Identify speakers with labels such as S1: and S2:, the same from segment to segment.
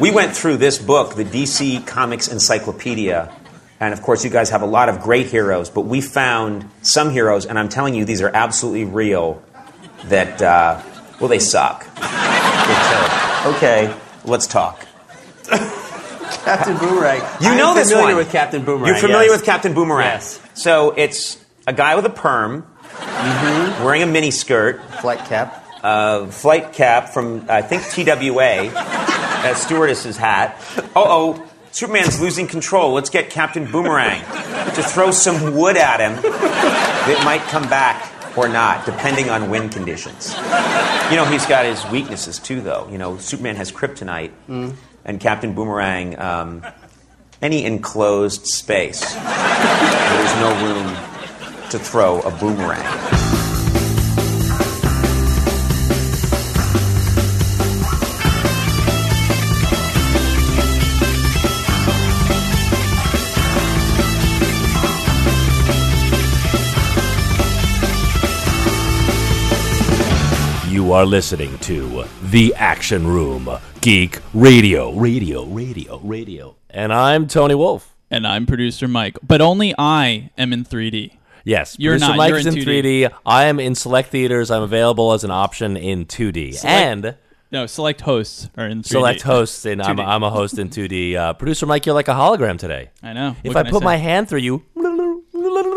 S1: We went through this book, the DC Comics Encyclopedia. And of course, you guys have a lot of great heroes, but we found some heroes, and I'm telling you, these are absolutely real, that, uh, well, they suck. They suck. okay, let's talk.
S2: Captain Boomerang.
S1: You
S2: I am
S1: know this
S2: familiar
S1: one.
S2: with Captain Boomerang.
S1: You're familiar
S2: yes.
S1: with Captain Boomerang.
S2: Yes.
S1: So it's a guy with a perm,
S2: Mm-hmm.
S1: wearing a miniskirt,
S2: Flight Cap.
S1: a flight cap from, I think, TWA, a stewardess's hat. Uh oh, Superman's losing control. Let's get Captain Boomerang to throw some wood at him that might come back or not, depending on wind conditions. You know, he's got his weaknesses too, though. You know, Superman has kryptonite, and Captain Boomerang, um, any enclosed space. There's no room to throw a boomerang.
S3: You are listening to The Action Room Geek Radio, radio, radio, radio. And I'm Tony Wolf.
S4: And I'm producer Mike, but only I am in 3D.
S3: Yes,
S4: You're
S3: producer
S4: not,
S3: Mike
S4: you're
S3: is
S4: in
S3: in
S4: 2D.
S3: 3D. I am in select theaters. I'm available as an option in 2D. and
S4: No, select hosts are in 3D.
S3: select hosts, and I'm,
S4: 2D.
S3: I'm a host in 2D. Uh, producer Mike, you're like a hologram today.
S4: I know.
S3: If
S4: What
S3: I
S4: can I
S3: put
S4: say?
S3: my hand through you.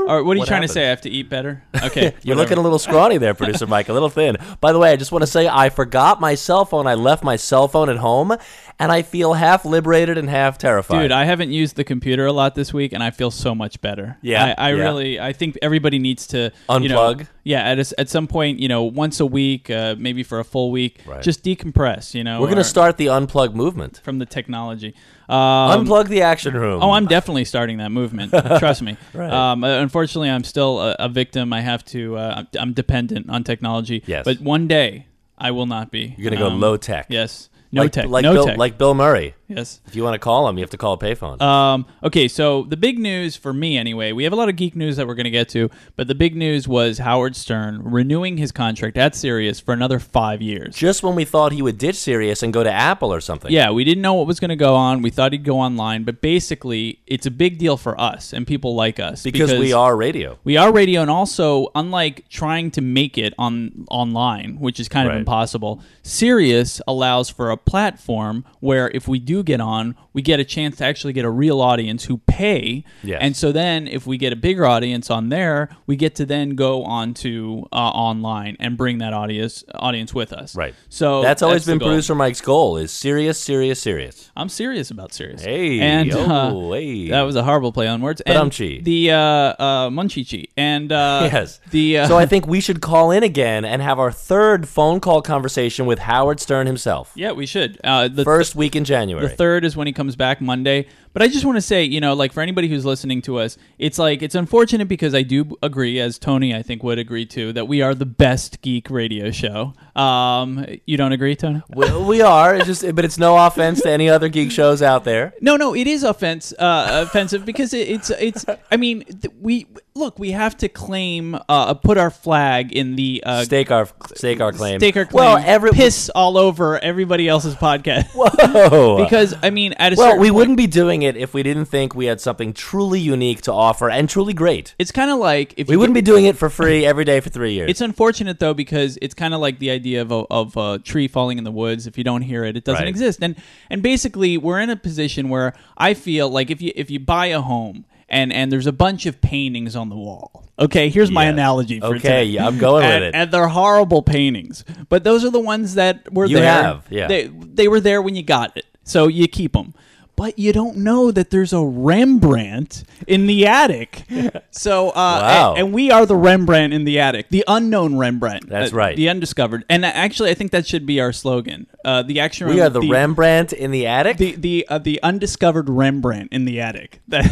S4: All right, what are you trying
S3: happened?
S4: to say? I have to eat better? Okay.
S3: You're
S4: whatever.
S3: looking a little scrawny there, producer Mike, a little thin. By the way, I just want to say I forgot my cell phone. I left my cell phone at home, and I feel half liberated and half terrified.
S4: Dude, I haven't used the computer a lot this week, and I feel so much better.
S3: Yeah,
S4: I, I
S3: yeah.
S4: really, I think everybody needs to you know-
S3: Unplug?
S4: yeah, at a s at some point, you know, once a week, uh, maybe for a full week,
S3: Right.
S4: just decompress. You know,
S3: We're going
S4: or-
S3: to start the unplug movement.
S4: from the technology. Um,
S3: unplug the action room.
S4: Oh, I'm definitely starting that movement. Trust me. um, uh, unfortunately, I'm still a, a victim. I have to. Uh, I'm- I'm dependent on technology.
S3: Yes.
S4: But one day, I will not be.
S3: You're gonna go low tech.
S4: Um, Yes. No
S3: like,
S4: tech.
S3: Like
S4: no
S3: Bill,
S4: tech.
S3: Like Bill Murray.
S4: yes.
S3: If you want to call him, you have to call a payphone.
S4: Um, okay, so the big news for me, anyway, we have a lot of geek news that we're going to get to, but the big news was Howard Stern renewing his contract at Sirius for another five years.
S3: Just when we thought he would ditch Sirius and go to Apple or something.
S4: Yeah, we didn't know what was going to go on. We thought he'd go online, but basically, it's a big deal for us and people like us
S3: Because, we are radio.
S4: we are radio, and also unlike trying to make it on online, which is kind of
S3: Right.
S4: impossible. Sirius allows for a platform where if we do get on, we get a chance to actually get a real audience who pay,
S3: Yes.
S4: and so then if we get a bigger audience on there, we get to then go on to uh, online and bring that audience audience with us.
S3: Right.
S4: So
S3: that's always
S4: the
S3: been
S4: goal.
S3: producer Mike's goal is Sirius, Sirius, Sirius.
S4: I'm serious about serious.
S3: Hey,
S4: and uh,
S3: oh, hey.
S4: that was a horrible play on words. And
S3: Badumchi.
S4: the uh, uh, munchichi and uh,
S3: Yes.
S4: the uh,
S3: so I think we should call in again and have our third phone call conversation with Howard Stern himself.
S4: yeah, we should. Uh, the
S3: First week in January.
S4: The third is when he comes back Monday. But I just want to say, you know, like for anybody who's listening to us, it's like it's unfortunate because I do agree, as Tony I think would agree too, that we are the best geek radio show. Um, you don't agree, Tony?
S3: we, we are. It's just, but it's no offense to any other geek shows out there.
S4: No, no, it is offense uh, offensive because it, it's it's. I mean, th- we look, we have to claim, uh, put our flag in the uh,
S3: Stake our stake our claim.
S4: stake our claim.
S3: Well, every
S4: piss all over everybody else's podcast
S3: Whoa.
S4: because I mean, at a
S3: Well,
S4: certain
S3: we
S4: point-
S3: wouldn't be doing it if we didn't think we had something truly unique to offer and truly great.
S4: It's kind of like if
S3: We
S4: you
S3: wouldn't be doing it for free every day for three years.
S4: It's unfortunate though because it's kind of like the idea of a, of a tree falling in the woods. If you don't hear it, it doesn't
S3: Right.
S4: exist. And and basically, we're in a position where I feel like if you if you buy a home and and there's a bunch of paintings on the wall. Okay, here's my
S3: Yes.
S4: analogy. For
S3: Okay,
S4: today.
S3: yeah, I'm going with
S4: And-
S3: it.
S4: And they're horrible paintings, but those are the ones that were
S3: You
S4: there.
S3: have, yeah.
S4: They they were there when you got it, so you keep them. But you don't know that there's a Rembrandt in the attic. So, uh,
S3: Wow.
S4: and, and we are the Rembrandt in the attic, the unknown Rembrandt.
S3: That's
S4: uh,
S3: right.
S4: The undiscovered. And uh, actually, I think that should be our slogan. Uh, the action.
S3: we
S4: room-
S3: are the, Rembrandt in the attic.
S4: The the uh, the undiscovered Rembrandt in the attic. That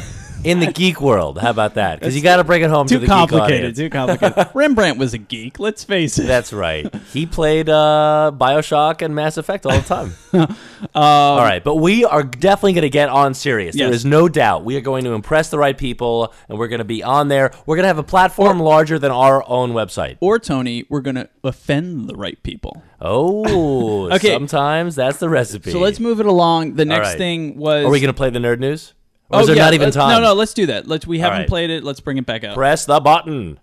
S3: in the geek world. How about that? Because you got to bring it home to
S4: Too
S3: the
S4: complicated.
S3: geek audience.
S4: Too complicated. Rembrandt was a geek. Let's face it.
S3: That's right. He played uh, Bioshock and Mass Effect all the time.
S4: Um,
S3: all right, but we are definitely going to get on serious. There
S4: Yes.
S3: is no doubt. We are going to impress the right people, and we're going to be on there. We're going to have a platform larger than our own website.
S4: or Tony, we're gonna offend the right people.
S3: Oh,
S4: Okay.
S3: sometimes that's the recipe.
S4: So let's move it along. The next
S3: right.
S4: thing was.
S3: Are we going to play the nerd news? Or
S4: Oh,
S3: is there
S4: yeah,
S3: not even
S4: let's-
S3: time?
S4: No, no. Let's do that. Let's. We haven't
S3: right.
S4: played it. Let's bring it back up.
S3: Press the button.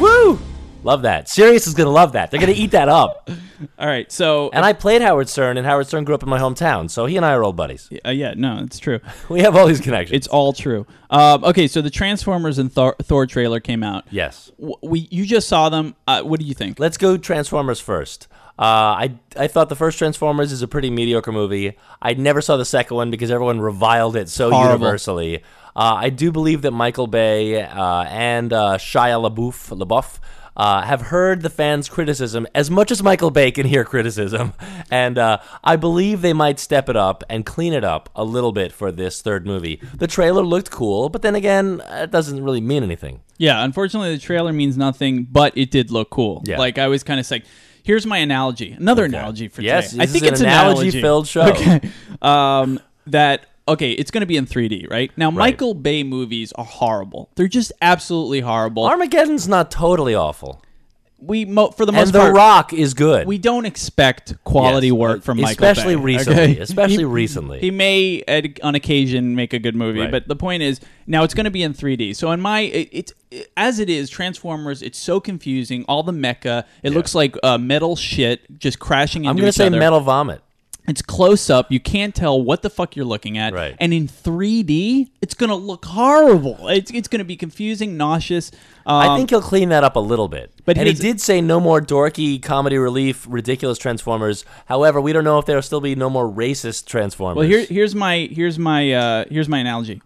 S3: Woo! Love that. Sirius is going to love that. They're going to eat that up.
S4: All right. So.
S3: And I played Howard Stern, and Howard Stern grew up in my hometown, so he and I are old buddies.
S4: uh, yeah. No, it's true.
S3: We have all these connections.
S4: It's all true. Um, okay. So the Transformers and Thor, Thor trailer came out.
S3: yes.
S4: W- We you just saw them. Uh, what do you think?
S3: Let's go Transformers first. Uh, I I thought the first Transformers is a pretty mediocre movie. I never saw the second one because everyone reviled it so
S4: Horrible.
S3: universally. Uh, I do believe that Michael Bay uh, and uh, Shia LaBeouf, LaBeouf uh, have heard the fans' criticism as much as Michael Bay can hear criticism, and uh, I believe they might step it up and clean it up a little bit for this third movie. The trailer looked cool, but then again, it doesn't really mean anything.
S4: Yeah, unfortunately, the trailer means nothing, but it did look cool.
S3: Yeah.
S4: Like I was kind of like, here's my analogy. Another analogy for
S3: Yes,
S4: today. I
S3: this
S4: think
S3: is an
S4: it's
S3: analogy-filled show.
S4: Okay, um, that okay. It's going to be in 3D, right? Now, Michael Bay movies are horrible. They're just absolutely horrible.
S3: Armageddon's not totally awful.
S4: we mo- for the
S3: and
S4: most
S3: The
S4: part,
S3: Rock is good.
S4: we don't expect quality
S3: Yes, uh,
S4: work from Michael
S3: especially
S4: Bay,
S3: recently,
S4: okay?
S3: especially
S4: He-
S3: recently.
S4: He may, at, on occasion, make a good movie,
S3: Right.
S4: but the point is, now it's going to be in 3D. So in my, it, it's as it is, Transformers. It's so confusing. All the mecha. It looks like uh, metal shit just crashing into
S3: I'm going to
S4: each
S3: say
S4: other.
S3: metal vomit.
S4: It's close up. You can't tell what the fuck you're looking at.
S3: Right.
S4: And in 3D, it's going to look horrible. It's it's going to be confusing, nauseous. Um,
S3: I think he'll clean that up a little bit.
S4: but
S3: and he
S4: here's-
S3: did say no more dorky comedy relief, ridiculous Transformers. However, we don't know if there will still be no more racist Transformers.
S4: Well, here, here's my here's my uh, here's my analogy.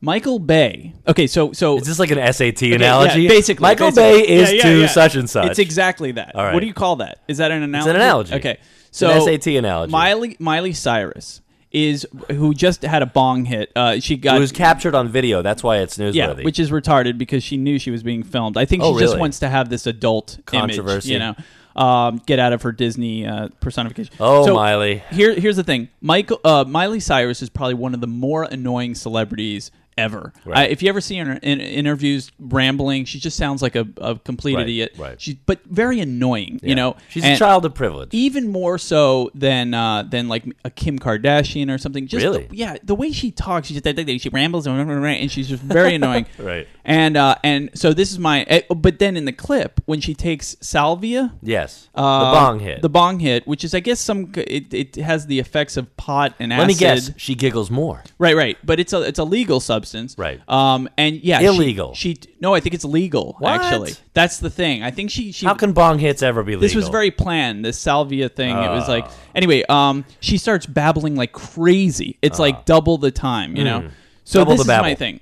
S4: Michael Bay. Okay, so so
S3: is this like an SAT analogy?
S4: yeah, basically,
S3: Michael
S4: basically.
S3: Bay is
S4: Yeah, yeah,
S3: to
S4: yeah.
S3: such and such.
S4: It's exactly that.
S3: All right.
S4: What do you call that? Is that an analogy?
S3: analogy.
S4: Okay,
S3: It's an
S4: so
S3: SAT analogy.
S4: Miley Miley Cyrus is who just had a bong hit. Uh, she got
S3: It was captured on video. That's why it's newsworthy.
S4: yeah, which is retarded because she knew she was being filmed. I think she
S3: Oh,
S4: just
S3: really?
S4: wants to have this adult
S3: Controversy.
S4: image, you know, um, get out of her Disney uh, personification.
S3: Oh, Miley.
S4: Here, here's the thing: Michael uh, Miley Cyrus is probably one of the more annoying celebrities ever.
S3: Right.
S4: Uh, if you ever see her in, in interviews rambling, she just sounds like a, a complete
S3: Right,
S4: idiot.
S3: right.
S4: She, but very annoying, you know.
S3: she's a
S4: And-
S3: child of privilege.
S4: even more so than uh, than like a Kim Kardashian or something. Just
S3: Really?
S4: the- yeah, the way she talks, she just she rambles and she's just very annoying.
S3: Right.
S4: And uh, and so this is my. eh, But then in the clip when she takes salvia.
S3: yes,
S4: uh,
S3: the bong hit.
S4: The bong hit, which is, I guess, some it, it has the effects of pot and acid.
S3: Let me guess. She giggles more.
S4: Right, right, but it's a it's a legal substance,
S3: Right.
S4: Um, and yeah, she-
S3: Illegal.
S4: She, no, I think it's legal.
S3: What?
S4: Actually, that's the thing. I think she she
S3: How can bong hits ever be legal?
S4: this was very planned. This salvia thing. It was
S3: Ah.
S4: like anyway. Um, she starts babbling like crazy. It's like double the time. You know. So
S3: Ah. Hmm. Double
S4: this is
S3: the
S4: my
S3: babble.
S4: thing.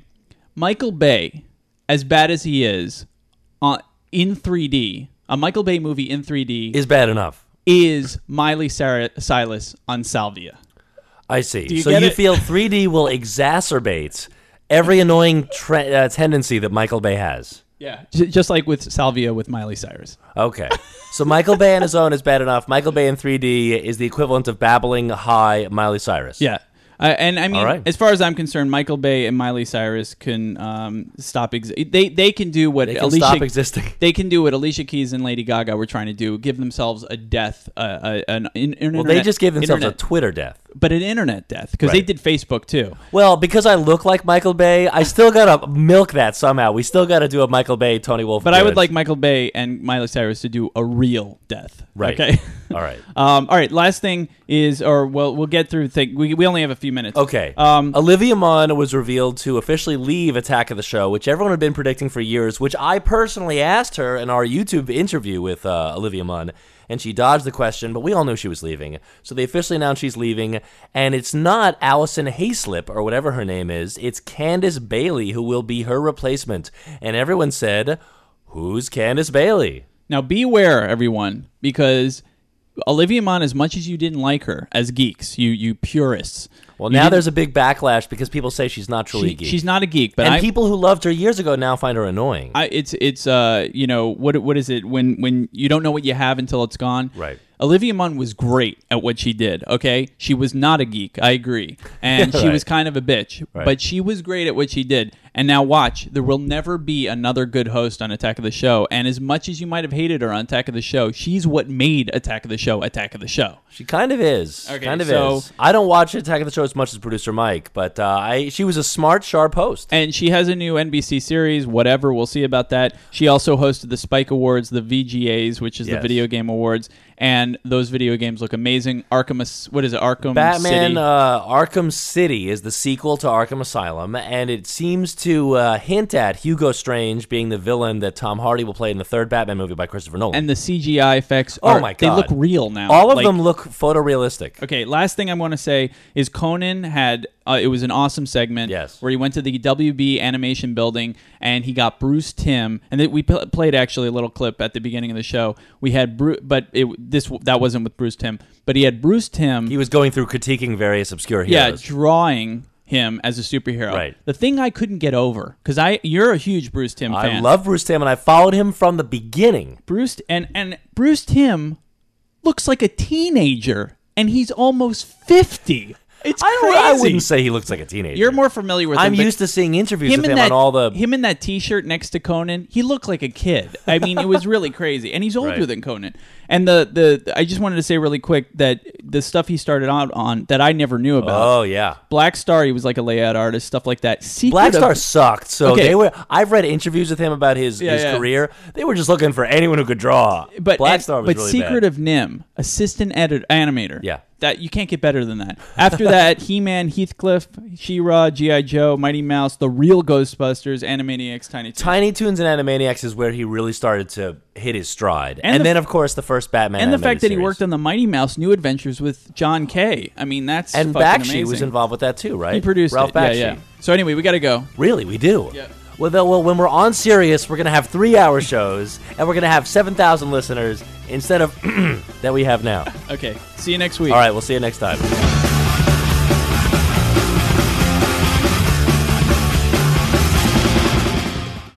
S4: Michael Bay, as bad as he is, uh, in 3D, a Michael Bay movie in 3D is,
S3: is bad enough.
S4: Miley Sarah, Silas on salvia.
S3: I see.
S4: you
S3: so
S4: get
S3: you
S4: it?
S3: feel 3D will exacerbate every annoying tre- uh, tendency that Michael Bay has.
S4: Yeah. Just like with salvia with Miley Cyrus.
S3: Okay. So Michael Bay on his own is bad enough. Michael Bay in 3D is the equivalent of babbling high Miley Cyrus.
S4: Yeah. Uh, and I mean,
S3: All right.
S4: as far as I'm concerned, Michael Bay and Miley Cyrus can um, stop. Ex- they they can do what
S3: They can
S4: Alicia
S3: stop existing.
S4: They can do what Alicia Keys and Lady Gaga were trying to do: give themselves a death, uh, a, an, in internet.
S3: Well, they just gave themselves
S4: internet-
S3: a Twitter death.
S4: but an internet death because
S3: Right.
S4: they did Facebook too.
S3: Well, because I look like Michael Bay, I still gotta milk that somehow. We still gotta do a Michael Bay, Tony Wolf.
S4: But I would
S3: appearance.
S4: like Michael Bay and Miley Cyrus to do a real death.
S3: Right.
S4: Okay.
S3: All right.
S4: Um, all right. Last thing is, or well, we'll get through. Thing. We we only have a few minutes.
S3: Okay.
S4: Um,
S3: Olivia Munn was revealed to officially leave Attack of the Show, which everyone had been predicting for years, which I personally asked her in our YouTube interview with uh, Olivia Munn, and she dodged the question, but we all knew she was leaving. So they officially announced she's leaving, and it's not Allison Hayslip or whatever her name is, it's Candace Bailey who will be her replacement. And everyone said, Who's Candace Bailey?
S4: Now beware, everyone, because Olivia Munn, as much as you didn't like her as geeks, you you purists.
S3: Well,
S4: you
S3: now
S4: didn't-
S3: there's a big backlash because people say she's not truly a
S4: she,
S3: geek.
S4: she's not a geek, but
S3: and
S4: I,
S3: people who loved her years ago now find her annoying.
S4: I, it's it's uh you know what what is it when when you don't know what you have until it's gone.
S3: Right.
S4: Olivia Munn was great at what she did. Okay, she was not a geek. I agree, and she
S3: Right.
S4: was kind of a bitch,
S3: Right.
S4: but she was great at what she did. And now watch, there will never be another good host on Attack of the Show. And as much as you might have hated her on Attack of the Show, she's what made Attack of the Show Attack of the Show.
S3: she kind of is.
S4: Okay,
S3: kind of
S4: so-
S3: is. I don't watch Attack of the Show as much as producer Mike, but uh, I she was a smart, sharp host.
S4: And she has a new NBC series, whatever. We'll see about that. She also hosted the Spike Awards, the VGAs, which is the
S3: Yes.
S4: Video Game Awards, and those video games look amazing. Arkham, As- what is it? Arkham
S3: Batman
S4: City.
S3: uh, Arkham City is the sequel to Arkham Asylum, and it seems to uh, hint at Hugo Strange being the villain that Tom Hardy will play in the third Batman movie by Christopher Nolan.
S4: and the CGI effects.
S3: Oh
S4: Are,
S3: my
S4: They look
S3: God.
S4: real now.
S3: All of
S4: Like-
S3: them look photorealistic.
S4: Okay, last thing I want to say is Conan had uh, it was an awesome segment.
S3: Yes.
S4: where he went to the WB Animation Building and he got Bruce Tim, and then we pl- played actually a little clip at the beginning of the show. We had Bruce, but it, this that wasn't with Bruce Tim, but he had Bruce Tim.
S3: He was going through critiquing various obscure
S4: yeah,
S3: heroes.
S4: drawing him as a superhero.
S3: Right.
S4: The thing I couldn't get over because I you're a huge Bruce Tim fan.
S3: I love Bruce Tim, and I followed him from the beginning.
S4: Bruce and and Bruce Tim looks like a teenager and he's almost fifty. It's
S3: I,
S4: crazy.
S3: don't, I wouldn't say he looks like a teenager.
S4: You're more familiar with.
S3: I'm
S4: him, but
S3: used to seeing interviews
S4: him
S3: with
S4: in
S3: him on
S4: that
S3: all the.
S4: him in that T-shirt next to Conan. He looked like a kid. I mean, it was really crazy, and he's older
S3: Right.
S4: than Conan. And the the I just wanted to say really quick that the stuff he started out on that I never knew about.
S3: oh yeah,
S4: Black Star, he was like a layout artist, stuff like that. Secret
S3: Black
S4: of-
S3: Star sucked. So
S4: Okay.
S3: they were. I've read interviews with him about his,
S4: Yeah,
S3: his
S4: yeah.
S3: career. They were just looking for anyone who could draw.
S4: but
S3: Black
S4: and-
S3: Star was
S4: but
S3: really
S4: Secret
S3: bad.
S4: of Nim, assistant edit animator.
S3: Yeah.
S4: that you can't get better than that. After that, He Man, Heathcliff, She-Ra, GI Joe, Mighty Mouse, the real Ghostbusters, Animaniacs, Tiny Toons.
S3: Tiny Toons and Animaniacs is where he really started to hit his stride, and,
S4: the-
S3: then of course the first Batman,
S4: and the
S3: animated
S4: fact that he
S3: series.
S4: worked on the Mighty Mouse New Adventures with John Kay. I mean, that's
S3: and
S4: fucking
S3: Bakshi
S4: amazing.
S3: was involved with that too, right?
S4: He produced
S3: Ralph
S4: it.
S3: Bakshi.
S4: Yeah, yeah. So anyway, we got to go.
S3: Really, we do.
S4: Yeah.
S3: Well, though, well, when we're on Sirius, we're gonna have three-hour shows, and we're gonna have seven thousand listeners instead of that we have now.
S4: Okay, see you next week.
S3: All right, we'll see you next time.